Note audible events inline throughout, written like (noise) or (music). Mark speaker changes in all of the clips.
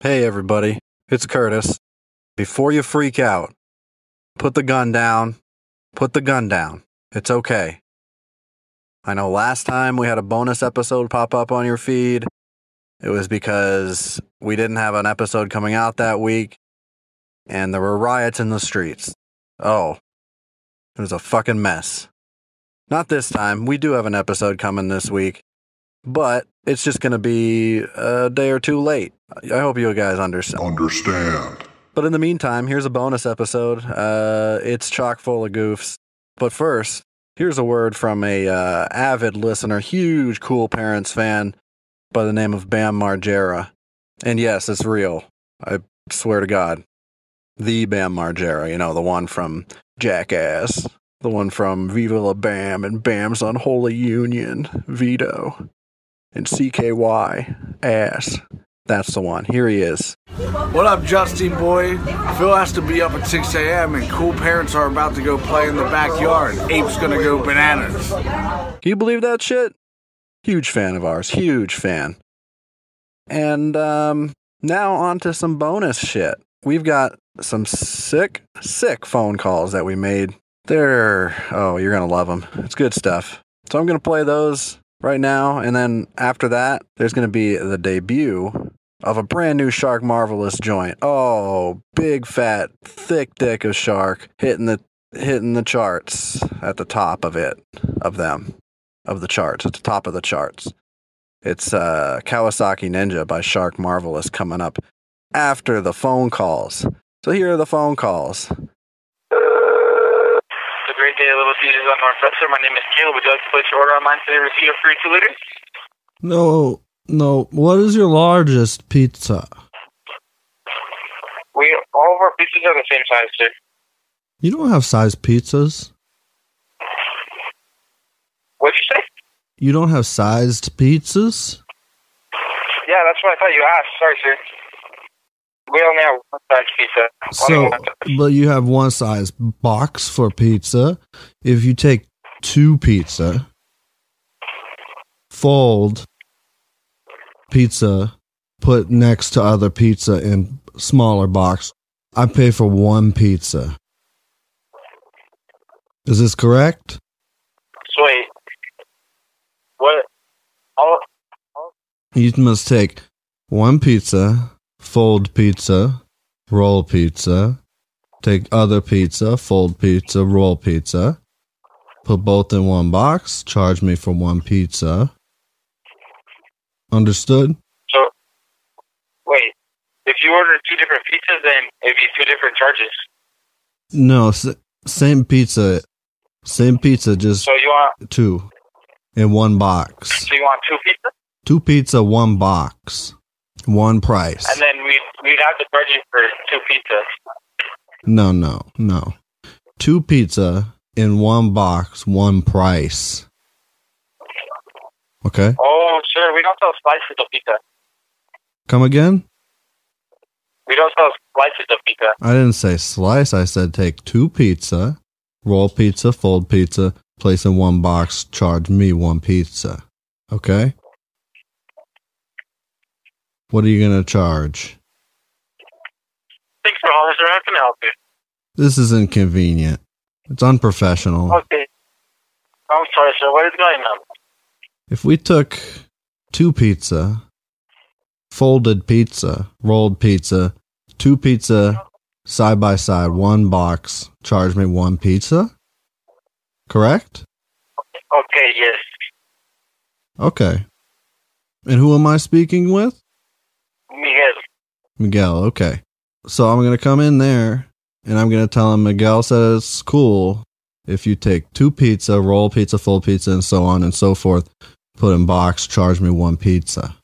Speaker 1: Hey, everybody, it's Curtis. Before you freak out, put the gun down. Put the gun down. It's okay. I know last time we had a bonus episode pop up on your feed. It was because we didn't have an episode coming out that week and there were riots in the streets. Oh, it was a fucking mess. Not this time. We do have an episode coming this week, but it's just going to be a day or two late. I hope you guys understand.
Speaker 2: Understand.
Speaker 1: But in the meantime, here's a bonus episode. Uh, it's chock full of goofs. But first, here's a word from a uh, avid listener, huge Cool Parents fan by the name of Bam Margera. And yes, it's real. I swear to God. The Bam Margera, you know, the one from Jackass, the one from Viva La Bam and Bam's Unholy Union, Vito, and CKY, Ass. That's the one. Here he is.
Speaker 3: What up, Justine boy? Phil has to be up at 6 a.m. and cool parents are about to go play in the backyard. Ape's gonna go bananas.
Speaker 1: Can you believe that shit? Huge fan of ours. Huge fan. And um, now on to some bonus shit. We've got some sick, sick phone calls that we made. They're, oh, you're going to love them. It's good stuff. So I'm going to play those right now. And then after that, there's going to be the debut of a brand new Shark Marvelous joint. Oh, big, fat, thick dick of Shark hitting the hitting the charts at the top of it of them of the charts, at the top of the charts. It's uh, Kawasaki Ninja by Shark Marvelous coming up after the phone calls. So here are the phone calls.
Speaker 4: The Great Day of Little Caesars on North Professor. My name is Caleb. Would you like to place your order online today? Receive a free two liters.
Speaker 5: No, no. What is your largest pizza?
Speaker 4: We all of our pizzas are the same size, sir.
Speaker 5: You don't have size pizzas.
Speaker 4: What'd you say?
Speaker 5: You don't have sized pizzas?
Speaker 4: Yeah, that's what I thought you asked. Sorry, sir. We only have one size pizza.
Speaker 5: So,
Speaker 4: Only one.
Speaker 5: but you have one size box for pizza. If you take two pizza, fold pizza, put next to other pizza in smaller box, I pay for one pizza. Is this correct?
Speaker 4: So wait, what? All
Speaker 5: You must take one pizza, fold pizza, roll pizza, take other pizza, fold pizza, roll pizza, put both in one box, charge me for one pizza. Understood?
Speaker 4: so wait. If you order two different pizzas, then it'd be two different charges.
Speaker 5: No, s- same pizza, same pizza, just
Speaker 4: So you want
Speaker 5: two in one box.
Speaker 4: so you want two pizzas,
Speaker 5: Two pizza, one box, one price.
Speaker 4: and then we we'd have to charge you for two pizzas.
Speaker 5: No, no, no. Two pizza in one box, one price. Okay.
Speaker 4: Oh, sure. We don't sell slices of pizza.
Speaker 5: Come again?
Speaker 4: We don't sell slices of pizza.
Speaker 5: I didn't say slice. I said take two pizza, roll pizza, fold pizza, place in one box, charge me one pizza. Okay? What are you going to charge?
Speaker 4: Thanks for all this. How can I help you?
Speaker 5: This is inconvenient. It's unprofessional.
Speaker 4: Okay. I'm sorry, sir. What is going on?
Speaker 5: If we took two pizza, folded pizza, rolled pizza, two pizza side by side, one box, charge me one pizza. Correct?
Speaker 4: Okay, yes.
Speaker 5: Okay. And who am I speaking with?
Speaker 4: Miguel.
Speaker 5: Miguel. Okay. So I'm going to come in there and I'm going to tell him Miguel says it's cool if you take two pizza, roll pizza, full pizza, and so on and so forth, put in box, charge me one pizza.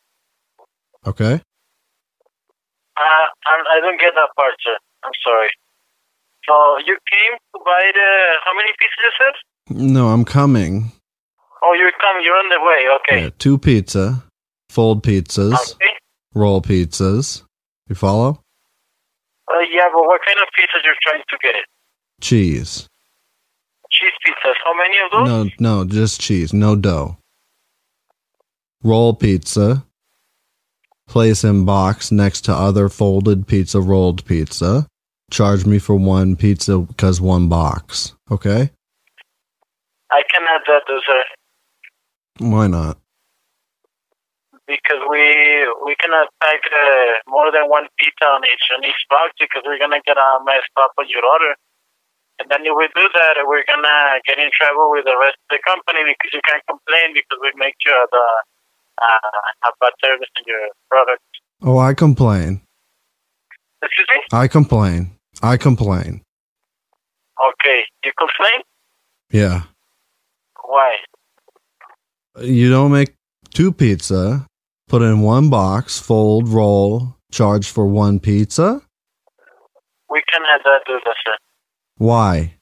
Speaker 5: Okay?
Speaker 4: Uh, I'm, I don't get that part, sir. I'm sorry. So you came to buy the how many pizzas you said?
Speaker 1: No, I'm coming.
Speaker 4: Oh, you come. You're on the way. Okay.
Speaker 1: Yeah, two pizza, fold pizzas,
Speaker 4: Okay.
Speaker 1: roll pizzas. You follow?
Speaker 4: Uh, yeah, but what kind of pizzas you're trying to get?
Speaker 1: Cheese.
Speaker 4: Cheese pizzas. How many of those?
Speaker 1: No, no, just cheese, no dough. Roll pizza. Place in box next to other folded pizza, rolled pizza. Charge me for one pizza because one box. Okay?
Speaker 4: I cannot do that, sir,
Speaker 1: Why not?
Speaker 4: because we we cannot pack uh, more than one pizza on each on each box because we're gonna get all messed up on your order. And then if we do that, we're gonna get in trouble with the rest of the company because you can't complain because we make sure the uh, have bad service in your product.
Speaker 1: Oh, I complain.
Speaker 4: Excuse me.
Speaker 1: I complain. I complain.
Speaker 4: Okay, you complain?
Speaker 1: Yeah.
Speaker 4: Why?
Speaker 1: you don't make two pizza, put in one box, fold, roll, charge for one pizza?
Speaker 4: We cannot uh, do that, sir.
Speaker 1: Why?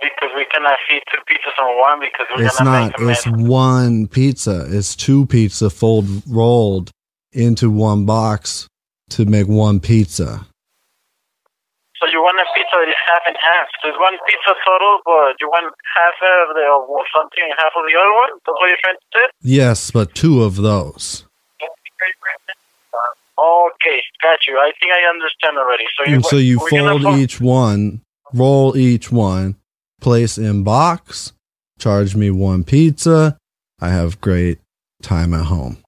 Speaker 4: Because we cannot feed two pizzas on one because we're
Speaker 1: It's
Speaker 4: gonna
Speaker 1: not.
Speaker 4: make a mess.
Speaker 1: It's one pizza. It's two pizza fold rolled into one box to make one pizza.
Speaker 4: So you want a pizza that is half and half. There's one pizza total, but you want half of the of something and half of the other one? That's what you're trying to say?
Speaker 1: Yes, but two of those.
Speaker 4: Okay, got you. I think I understand already. So you
Speaker 1: And so you
Speaker 4: we're
Speaker 1: fold
Speaker 4: gonna fo-
Speaker 1: each one, roll each one, place in box, charge me one pizza. I have great time at home.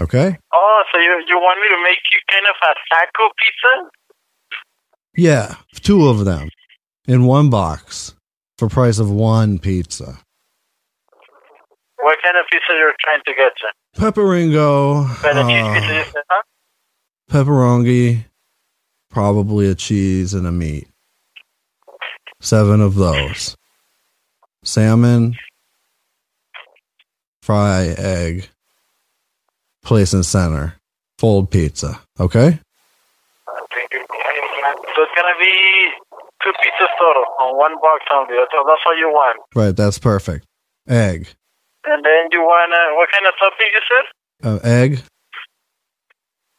Speaker 1: Okay?
Speaker 4: Oh, so you you want me to make you kind of a taco pizza?
Speaker 1: Yeah, two of them in one box for price of one pizza.
Speaker 4: What kind of pizza you're trying to get? Sir?
Speaker 1: Pepperingo,
Speaker 4: Kind of cheese pizza,
Speaker 1: uh,
Speaker 4: you said, huh?
Speaker 1: pepperoni, probably a cheese and a meat. Seven of those. Salmon, fry egg, place in center, fold pizza. Okay?
Speaker 4: So it's gonna be two pizzas total on one box only. That's all, that's all you want.
Speaker 1: Right, that's perfect. Egg,
Speaker 4: And then you want uh, what kind of topping you said?
Speaker 1: uh, egg.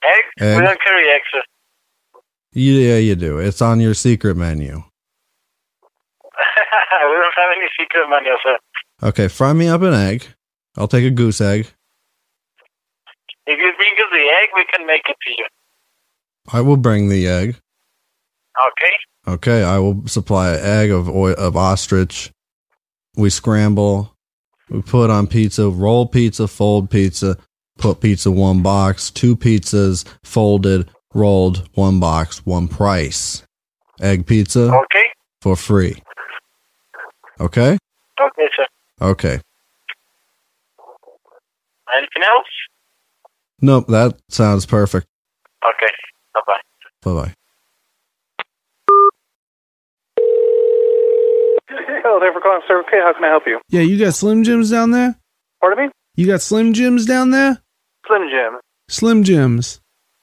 Speaker 4: Egg?
Speaker 1: Egg.
Speaker 4: We don't carry eggs. sir. (laughs)
Speaker 1: Yeah, you do. It's on your secret menu.
Speaker 4: we don't have any secret menu, sir.
Speaker 1: Okay, fry me up an egg. I'll take a goose egg.
Speaker 4: If you bring us the egg, we can make it to you.
Speaker 1: I will bring the egg.
Speaker 4: Okay?
Speaker 1: Okay, I will supply an egg of oi- of ostrich. We scramble. We put on pizza, roll pizza, fold pizza, put pizza one box, two pizzas folded, rolled, one box, one price. Egg pizza
Speaker 4: Okay?
Speaker 1: for free. Okay?
Speaker 4: Okay, sir.
Speaker 1: Okay.
Speaker 4: Anything else?
Speaker 1: Nope, that sounds perfect.
Speaker 4: Okay. Bye bye.
Speaker 1: Bye bye.
Speaker 6: Hello, there for calling Server K. How can I help you?
Speaker 7: Yeah, you got Slim Jims down there?
Speaker 6: Pardon me?
Speaker 7: You got Slim Jims down there?
Speaker 6: Slim Jim.
Speaker 7: Slim Jims.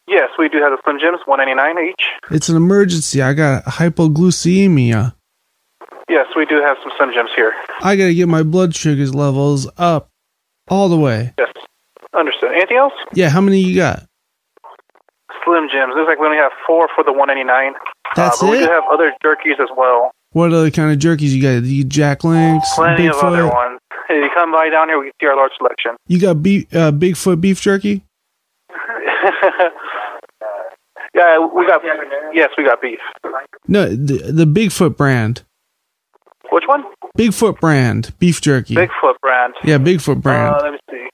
Speaker 6: Yes, we do have the Slim Jims, one ninety nine each.
Speaker 7: It's an emergency. I got hypoglycemia.
Speaker 6: Yes, we do have some Slim Jims here.
Speaker 7: I gotta get my blood sugars levels up all the way.
Speaker 6: Yes. Understood. Anything else?
Speaker 7: Yeah, how many you got?
Speaker 6: Slim Jims. Looks like we only have four for the one ninety nine.
Speaker 7: That's
Speaker 6: uh, but We
Speaker 7: it?
Speaker 6: do have other jerkies as well.
Speaker 7: What other kind of jerkies you got? You Jack Links,
Speaker 6: Plenty of other
Speaker 7: Bigfoot.
Speaker 6: ones. If you come by down here, we can see our large selection.
Speaker 7: You got beef, uh, Bigfoot beef jerky?
Speaker 6: (laughs) yeah, we got. Yes, we got beef.
Speaker 7: No, the, the Bigfoot brand.
Speaker 6: Which one?
Speaker 7: Bigfoot brand beef jerky.
Speaker 6: Bigfoot brand.
Speaker 7: yeah, Bigfoot brand.
Speaker 6: Uh, let me see.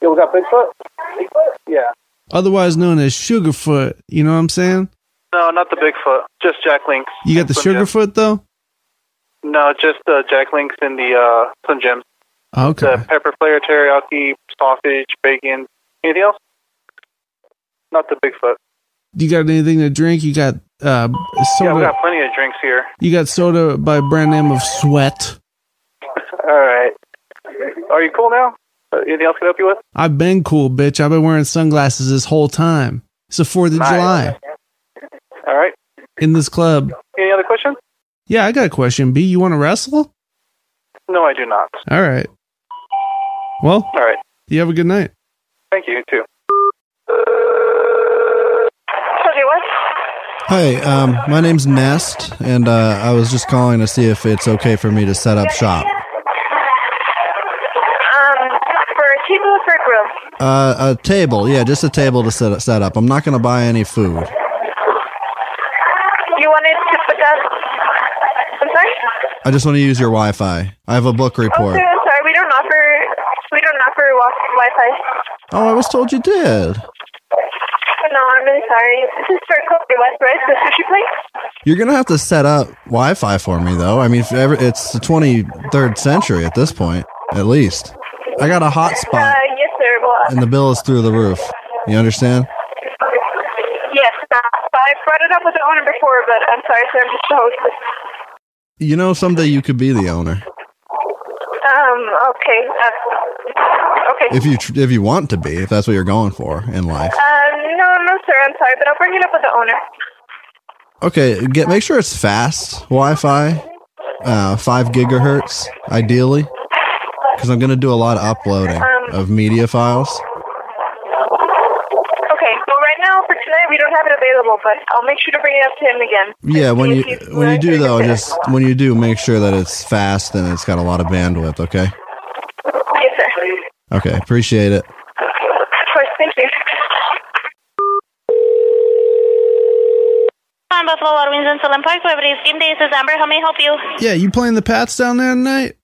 Speaker 6: Yeah, we got Bigfoot. Bigfoot. Yeah.
Speaker 7: Otherwise known as Sugarfoot. You know what I'm saying?
Speaker 6: No, not the Bigfoot. Just Jack Links.
Speaker 7: You got the
Speaker 6: Slim Jims.
Speaker 7: Sugarfoot though?
Speaker 6: No, just uh, Jack Links and the uh, Slim Jims.
Speaker 7: Okay.
Speaker 6: The pepper flare, teriyaki, sausage, bacon. Anything else? Not the Bigfoot.
Speaker 7: You got anything to drink? You got uh,
Speaker 6: Yeah,
Speaker 7: soda.
Speaker 6: we got plenty of drinks here.
Speaker 7: you got soda by brand name of Sweat.
Speaker 6: All right. Are you cool now? Uh, Anything else I can help you with?
Speaker 7: I've been cool, bitch. I've been wearing sunglasses this whole time. It's the 4th of
Speaker 6: Nice.
Speaker 7: July
Speaker 6: All right.
Speaker 7: in this club.
Speaker 6: Any other questions?
Speaker 7: Yeah, I got a question. B, you want to wrestle?
Speaker 6: No, I do not.
Speaker 7: All right. Well,
Speaker 6: All right.
Speaker 7: you have a good night.
Speaker 6: Thank you, you too.
Speaker 8: Okay, what?
Speaker 1: Hi, um, my name's Nest, and uh, I was just calling to see if it's okay for me to set up shop.
Speaker 9: Um, for a table or for a grill?
Speaker 1: Uh, a table, yeah, just a table to set, set up. I'm not going to buy any food.
Speaker 9: You wanted to put that? I'm sorry.
Speaker 1: I just want to use your Wi-Fi. I have a book report.
Speaker 9: Okay, I'm sorry. We don't offer. We don't offer wa- Wi-Fi.
Speaker 1: Oh, I was told you did.
Speaker 9: No, I'm really sorry. This is for Coffee West, right? The sushi place.
Speaker 1: You're going to have to set up Wi-Fi for me, though. I mean, if ever, it's the 23rd century at this point, at least. I got a hotspot,
Speaker 9: Uh, yes, sir. Well, uh,
Speaker 1: and the bill is through the roof. You understand?
Speaker 9: yes. Uh, I brought it up with the owner before, but I'm sorry, sir. I'm just the host.
Speaker 1: You know, someday you could be the owner
Speaker 9: Um. Okay. Uh, okay.
Speaker 1: if you tr- if you want to be, if that's what you're going for in life.
Speaker 9: uh, no, no, sir. I'm sorry, but I'll bring it up with the owner.
Speaker 1: Okay, get make sure it's fast Wi-Fi, uh, five gigahertz ideally, because I'm gonna do a lot of uploading of media files.
Speaker 9: Okay. Well, right now for tonight we don't have it available, but I'll make sure to bring it up to him again.
Speaker 1: Yeah, when
Speaker 9: See
Speaker 1: you
Speaker 9: if he's
Speaker 1: when you do
Speaker 9: willing to
Speaker 1: though,
Speaker 9: accept it.
Speaker 1: just when you do, make sure that it's fast and it's got a lot of bandwidth. Okay.
Speaker 9: Yes, sir.
Speaker 1: Okay, appreciate it.
Speaker 9: Of course. Thank you.
Speaker 10: I'm Buffalo Wild Wings in Salem Park. Wherever it is, game day. This is Amber. How may I help you?
Speaker 7: Yeah, you playing the Pats down there tonight?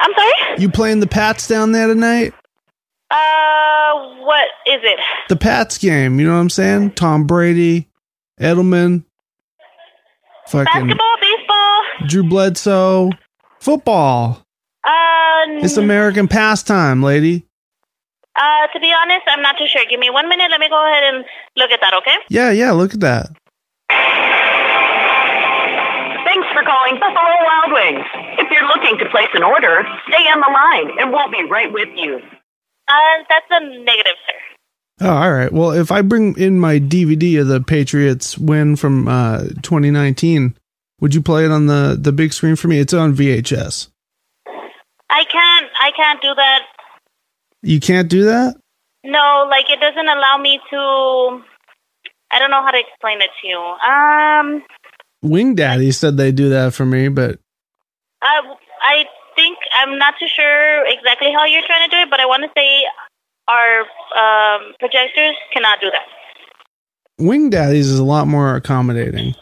Speaker 10: I'm sorry.
Speaker 7: You playing the Pats down there tonight?
Speaker 10: Uh, what is it?
Speaker 7: The Pats game, you know what I'm saying? Tom Brady, Edelman, fucking
Speaker 10: Basketball, baseball.
Speaker 7: Drew Bledsoe, football.
Speaker 10: Uh,
Speaker 7: It's American pastime, lady.
Speaker 10: uh, to be honest, I'm not too sure. Give me one minute. Let me go ahead and look at that. Okay.
Speaker 7: Yeah, yeah, look at that.
Speaker 11: Thanks for calling Buffalo Wild Wings. If you're looking to place an order, stay on the line and we'll be right with you.
Speaker 10: Uh, that's a negative, sir.
Speaker 7: Oh, all right. Well, if I bring in my DVD of the Patriots win from uh, 2019, would you play it on the, the big screen for me? It's on VHS.
Speaker 10: I can't. I can't do that.
Speaker 7: You can't do that?
Speaker 10: No, like it doesn't allow me to. I don't know how to explain it to you. Um,
Speaker 7: Wing Daddy said they do that for me, but
Speaker 10: I, I think I'm not too sure exactly how you're trying to do it, but I want to say our um, projectors cannot do that.
Speaker 7: Wing Daddy's is a lot more accommodating.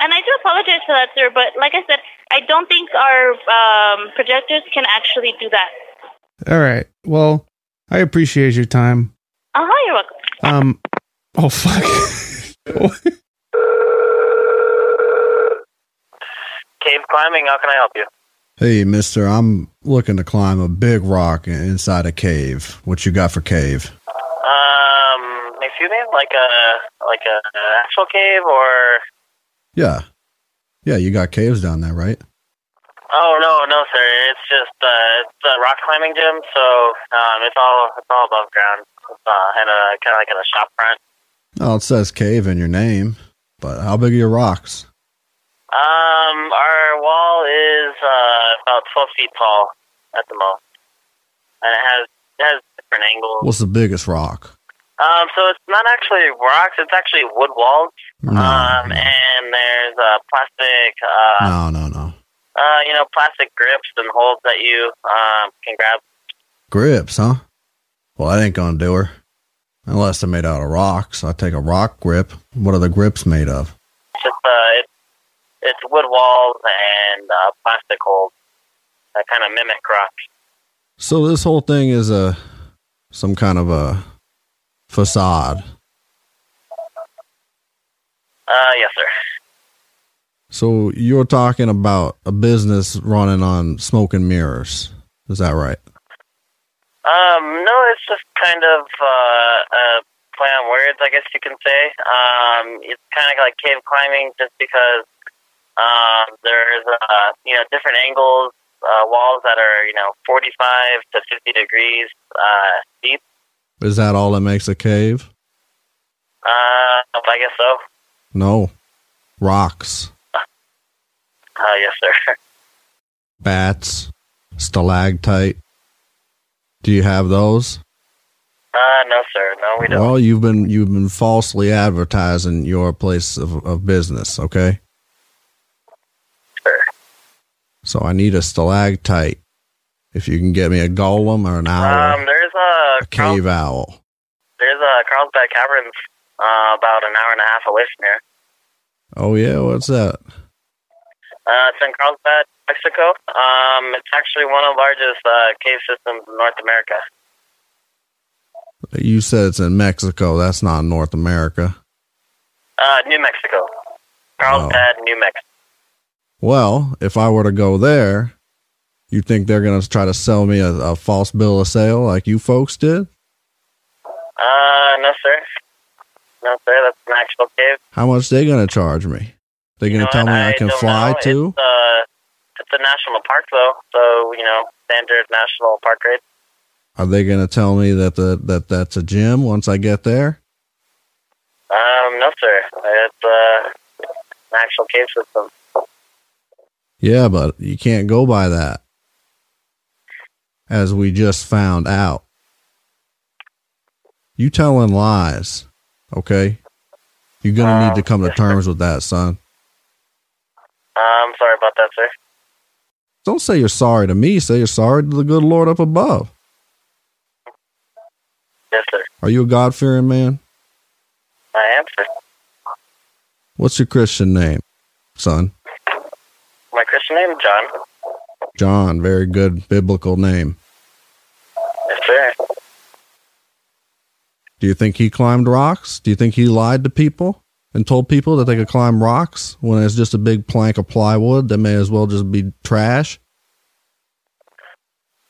Speaker 10: And I do apologize for that, sir, but like I said, I don't think our um, projectors can actually do that.
Speaker 7: All right. Well, I appreciate your time.
Speaker 10: Uh huh, you're welcome.
Speaker 7: Um, oh, fuck. (laughs)
Speaker 8: Cave climbing. How can I help you?
Speaker 1: Hey, Mister, I'm looking to climb a big rock inside a cave. What you got for cave?
Speaker 8: Um, excuse me, like a like a an actual cave or?
Speaker 1: Yeah, yeah, you got caves down there, right?
Speaker 8: Oh no, no, sir. It's just uh, it's a rock climbing gym, so um, it's all it's all above ground, uh, and uh, kind of like in a shop front.
Speaker 1: Oh, it says cave in your name, but how big are your rocks?
Speaker 8: Um, our wall is uh, about twelve feet tall at the most, and it has it has different angles.
Speaker 1: What's the biggest rock?
Speaker 8: Um, so it's not actually rocks; it's actually wood walls.
Speaker 1: No,
Speaker 8: um,
Speaker 1: no,
Speaker 8: and there's uh, plastic.
Speaker 1: no,
Speaker 8: Uh,
Speaker 1: no, no.
Speaker 8: Uh, you know, plastic grips and holds that you um, can grab.
Speaker 1: Grips, huh? Well, that ain't gonna do her. Unless they're made out of rocks. I take a rock grip. What are the grips made of?
Speaker 8: It's just uh, it's it's wood walls and uh, plastic holds that kind of mimic rock.
Speaker 1: So this whole thing is a some kind of a facade.
Speaker 8: Uh, yes, sir.
Speaker 1: So you're talking about a business running on smoke and mirrors. Is that right?
Speaker 8: Um, no, it's just kind of uh, a play on words, I guess you can say. Um, it's kind of like cave climbing, just because um, there's uh, you know different angles, uh, walls that are you know 45 to 50 degrees uh, deep.
Speaker 1: Is that all that makes a cave?
Speaker 8: Uh, I guess so.
Speaker 1: No. Rocks,
Speaker 8: Uh, yes, sir. (laughs)
Speaker 1: bats, stalactite. Do you have those?
Speaker 8: Uh, no, sir. No, we don't.
Speaker 1: Well, you've been you've been falsely advertising your place of, of business, okay?
Speaker 8: Sure.
Speaker 1: So I need a stalactite. If you can get me a golem or an owl,
Speaker 8: Um, there's a
Speaker 1: a cave owl.
Speaker 8: there's a Carlsbad Caverns uh, about an hour and a half away from here.
Speaker 1: Oh yeah, what's that?
Speaker 8: Uh, it's in Carlsbad, Mexico. Um, it's actually one of the largest uh, cave systems in North America.
Speaker 1: You said it's in Mexico. That's not in North America.
Speaker 8: Uh, New Mexico. Carlsbad, New Mexico.
Speaker 1: Well, if I were to go there, you think they're gonna try to sell me a, a false bill of sale like you folks did?
Speaker 8: Uh, no, sir. No, sir. That's an actual cave.
Speaker 1: How much they gonna charge me? They gonna
Speaker 8: know,
Speaker 1: tell me
Speaker 8: I
Speaker 1: I, can
Speaker 8: don't
Speaker 1: fly
Speaker 8: know.
Speaker 1: too?
Speaker 8: It's, uh, it's a national park, though. So, you know, standard national park rate.
Speaker 1: Are they gonna tell me that the that that's a gym once I get there?
Speaker 8: Um, no, sir. It's uh, an actual cave system.
Speaker 1: Yeah, but you can't go by that. As we just found out. You telling lies, okay? You're gonna need to come to terms with that, son.
Speaker 8: Um, sorry about that, sir.
Speaker 1: Don't say you're sorry to me, say you're sorry to the good Lord up above.
Speaker 8: Yes, sir.
Speaker 1: Are you a God fearing man?
Speaker 8: I am, sir.
Speaker 1: What's your Christian name, son?
Speaker 8: My Christian name, John.
Speaker 1: John, very good biblical name.
Speaker 8: Yes, sir.
Speaker 1: Do you think he climbed rocks? Do you think he lied to people and told people that they could climb rocks when it's just a big plank of plywood that may as well just be trash?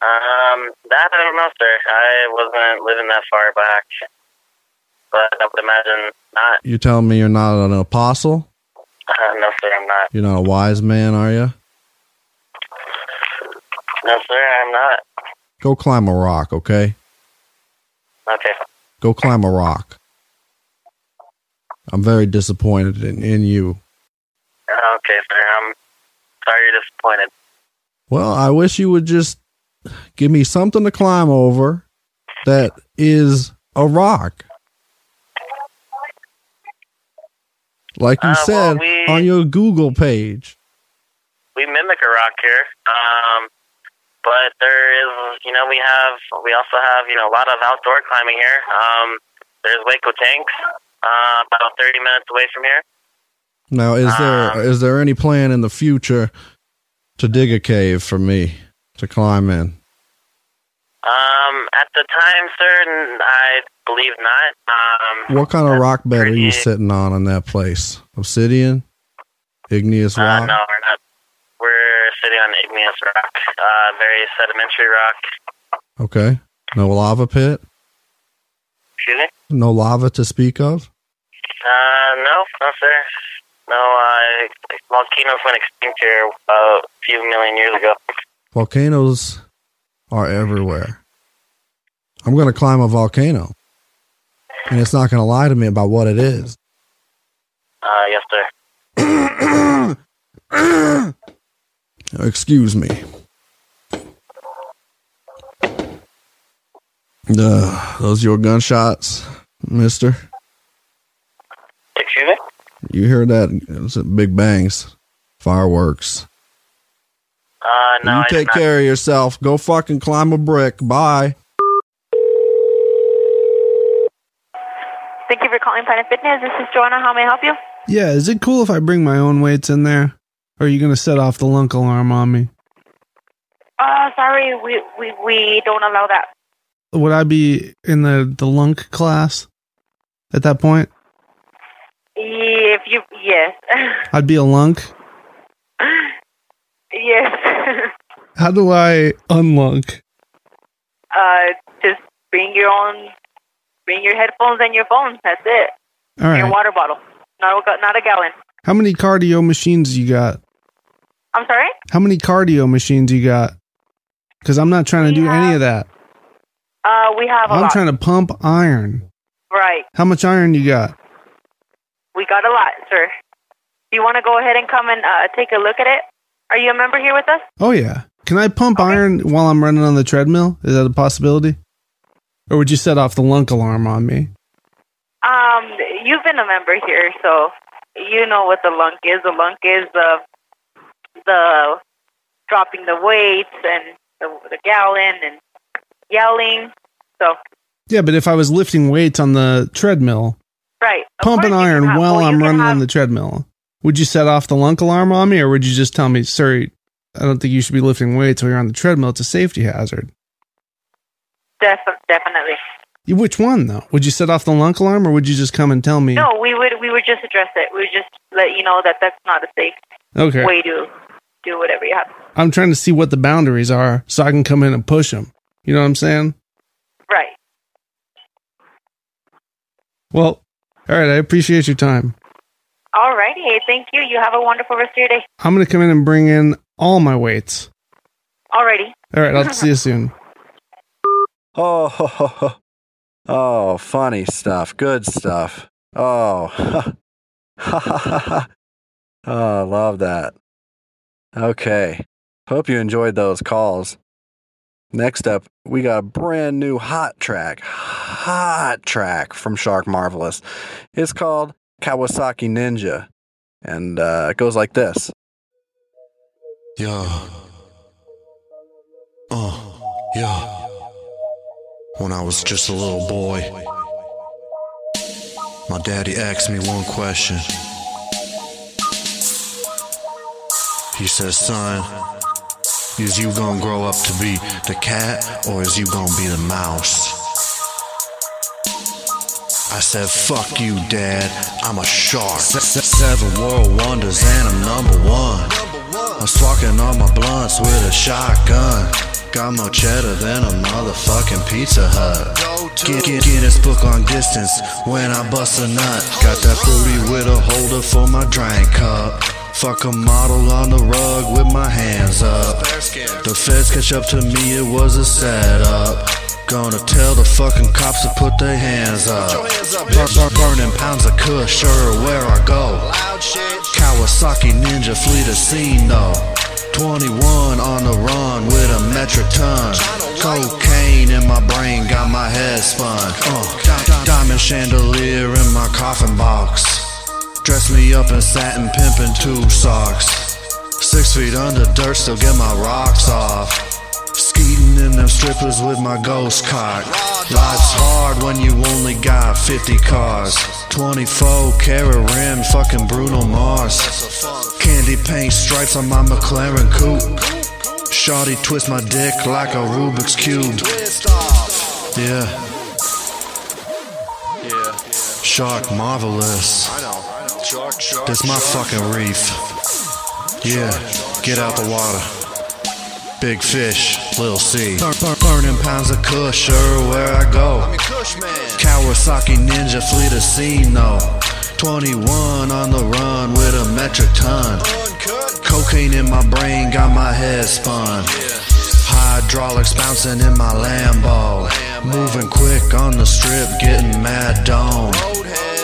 Speaker 8: Um, that I don't know, sir. I wasn't living that far back, but I would imagine not.
Speaker 1: You telling me you're not an apostle?
Speaker 8: Uh, no, sir, I'm not.
Speaker 1: You're not a wise man, are you?
Speaker 8: No, sir, I'm not.
Speaker 1: Go climb a rock, okay?
Speaker 8: Okay.
Speaker 1: Go climb a rock. I'm very disappointed in, in you.
Speaker 8: Okay, sir. I'm sorry you're disappointed.
Speaker 1: Well, I wish you would just give me something to climb over that is a rock. Like you
Speaker 8: Uh,
Speaker 1: said
Speaker 8: well, we-
Speaker 1: on your Google page.
Speaker 8: We mimic a rock here, um, but there is, you know, we have, we also have, you know, a lot of outdoor climbing here. Um, there's Waco Tanks, uh, about 30 minutes away from here.
Speaker 1: Now, is
Speaker 8: Ah.
Speaker 1: there is there any plan in the future to dig a cave for me to climb in?
Speaker 8: Um, at the time, sir, n- I believe not. Um,
Speaker 1: What kind of rock bed are you
Speaker 8: pretty-
Speaker 1: sitting on in that place? Obsidian, igneous
Speaker 8: Uh,
Speaker 1: rock.
Speaker 8: no, we're not. We're sitting on igneous rock, uh, very sedimentary rock.
Speaker 1: Okay, no lava pit,
Speaker 8: Excuse me?
Speaker 1: no lava to speak of.
Speaker 8: Uh, no, no, sir. No, uh, volcanoes went extinct here about a few million years ago.
Speaker 1: Volcanoes are everywhere. I'm going to climb a volcano. And it's not going to lie to me about what it is.
Speaker 8: Uh, yes, sir.
Speaker 1: Excuse me. Uh, those your gunshots, mister?
Speaker 8: Excuse me?
Speaker 1: You hear that? It's a big bangs, fireworks.
Speaker 8: Uh, no,
Speaker 1: you
Speaker 8: I did
Speaker 1: take
Speaker 8: not.
Speaker 1: care of yourself. Go fucking climb a brick. Bye.
Speaker 12: Thank you for calling Planet Fitness. This is Joanna. How may I help you?
Speaker 7: Yeah, is it cool if I bring my own weights in there? Or are you going to set off the lunk alarm on me?
Speaker 12: Uh, sorry, we, we, we don't allow that.
Speaker 7: Would I be in the, the lunk class at that point?
Speaker 12: If you, yes. (laughs)
Speaker 7: I'd be a lunk.
Speaker 12: yes. (laughs)
Speaker 7: How do I unlunk?
Speaker 12: uh, just bring your own, bring your headphones and your phone. That's it.
Speaker 7: All
Speaker 12: Your
Speaker 7: right.
Speaker 12: water bottle. Not a, ga- not a gallon.
Speaker 7: How many cardio machines you got?
Speaker 12: I'm sorry?
Speaker 7: How many cardio machines you got? Because I'm not trying to do any of that.
Speaker 12: Uh, we have a
Speaker 7: I'm
Speaker 12: lot.
Speaker 7: trying to pump iron.
Speaker 12: Right.
Speaker 7: How much iron you got?
Speaker 12: We got a lot, sir. Do you want to go ahead and come and uh, take a look at it? Are you a member here with us?
Speaker 7: Oh yeah. Can I pump iron while I'm running on the treadmill? Is that a possibility? Or would you set off the lunk alarm on me?
Speaker 12: Um, you've been a member here, so you know what the lunk is. The lunk is the the dropping the weights and the, the gallon and yelling. So
Speaker 7: Yeah, but if I was lifting weights on the treadmill,
Speaker 12: right, Of
Speaker 7: pumping
Speaker 12: course you
Speaker 7: iron
Speaker 12: can have-
Speaker 7: while
Speaker 12: well, you
Speaker 7: I'm
Speaker 12: can
Speaker 7: running
Speaker 12: have-
Speaker 7: on the treadmill, would you set off the lunk alarm on me, or would you just tell me, "Sorry, I don't think you should be lifting weights while you're on the treadmill. It's a safety hazard."
Speaker 12: Def- definitely.
Speaker 7: You- Which one though? Would you set off the lunk alarm, or would you just come and tell me?
Speaker 12: No, we would we would just address it. We would just let you know that that's not a safe
Speaker 7: Okay.
Speaker 12: way to do whatever you have.
Speaker 7: I'm trying to see what the boundaries are, so I can come in and push them. You know what I'm saying?
Speaker 12: Right.
Speaker 7: Well, all right. I appreciate your time.
Speaker 12: All right. Hey, thank you. You have a wonderful rest of your day.
Speaker 7: I'm gonna come in and bring in all my weights.
Speaker 12: Alrighty.
Speaker 7: All right. I'll see you soon.
Speaker 1: Oh, (laughs) ho, ho, ho. oh, funny stuff. Good stuff. Oh, (laughs) oh, I love that. Okay. Hope you enjoyed those calls. Next up, we got a brand new hot track. Hot track from Shark Marvelous. It's called Kawasaki Ninja. And uh, it goes like this.
Speaker 3: Yo. Uh, yo. When I was just a little boy, my daddy asked me one question. He says, son, is you gonna grow up to be the cat or is you gonna be the mouse? I said, fuck you, dad, I'm a shark. Se- se- Seven world wonders and I'm number one. I'm sparking all my blunts with a shotgun. Got more cheddar than a motherfucking Pizza Hut. Get, get, get this book on distance when I bust a nut. Got that booty with a holder for my drink cup. Fuck a model on the rug with my hands up. The feds catch up to me, it was a setup. Gonna tell the fucking cops to put their hands up. Bur- bur- burning pounds of kush, sure where I go. Kawasaki Ninja flee the scene though. 21 on the run with a metric ton. Cocaine in my brain got my head spun. Uh, di- di- diamond chandelier in my coffin box. Dress me up in satin, pimpin' two socks. Six feet under dirt, still get my rocks off. Skeeting in them strippers with my ghost cock. Life's hard when you only got 50 cars. 24 karat rim, fucking Bruno Mars. Candy paint stripes on my McLaren coupe. Shawty twist my dick like a Rubik's Cube. Yeah. Shark marvelous. That's my fucking reef. Yeah, get out the water. Big fish, little sea. Bur- bur- burning pounds of kush, sure where I go. Kawasaki ninja flee the scene, no. 21 on the run with a metric ton. Cocaine in my brain, got my head spun. Hydraulics bouncing in my Lambo. Moving quick on the strip, getting mad dome.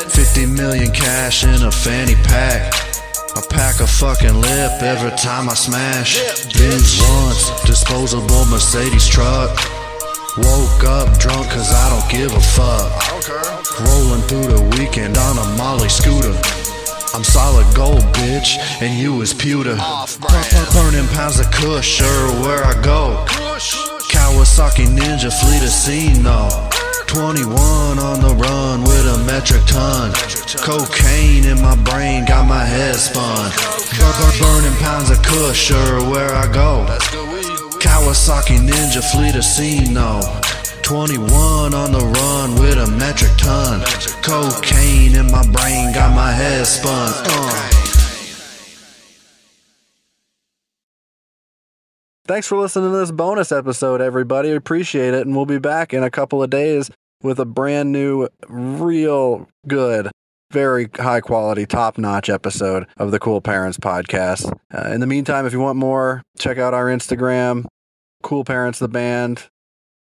Speaker 3: 50 million cash in a fanny pack. I pack a fucking lip every time I smash. Used once, disposable Mercedes truck. Woke up drunk cause I don't give a fuck. Rolling through the weekend on a Molly scooter. I'm solid gold, bitch, and you is pewter. Bur- Burning pounds of kush, sure where I go. Kawasaki Ninja flee the scene, no. 21 on the run with a metric ton. Cocaine in my brain, got my head spun. Bur- bur- Burning pounds of kush, sure where I go. Kawasaki Ninja flee the scene, no. 21 on the run with a metric ton. Cocaine in my brain, got my head spun. Uh.
Speaker 1: Thanks for listening to this bonus episode, everybody. Appreciate it. And we'll be back in a couple of days with a brand new, real good, very high quality, top notch episode of the Cool Parents Podcast. Uh, in the meantime, if you want more, check out our Instagram, Cool Parents the Band.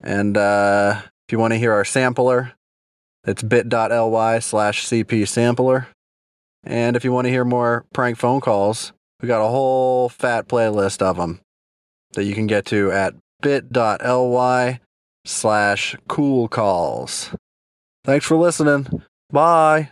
Speaker 1: And uh, if you want to hear our sampler, it's bit.ly slash CP sampler. And if you want to hear more prank phone calls, we got a whole fat playlist of them that you can get to at bit.ly slash cool calls. Thanks for listening. Bye.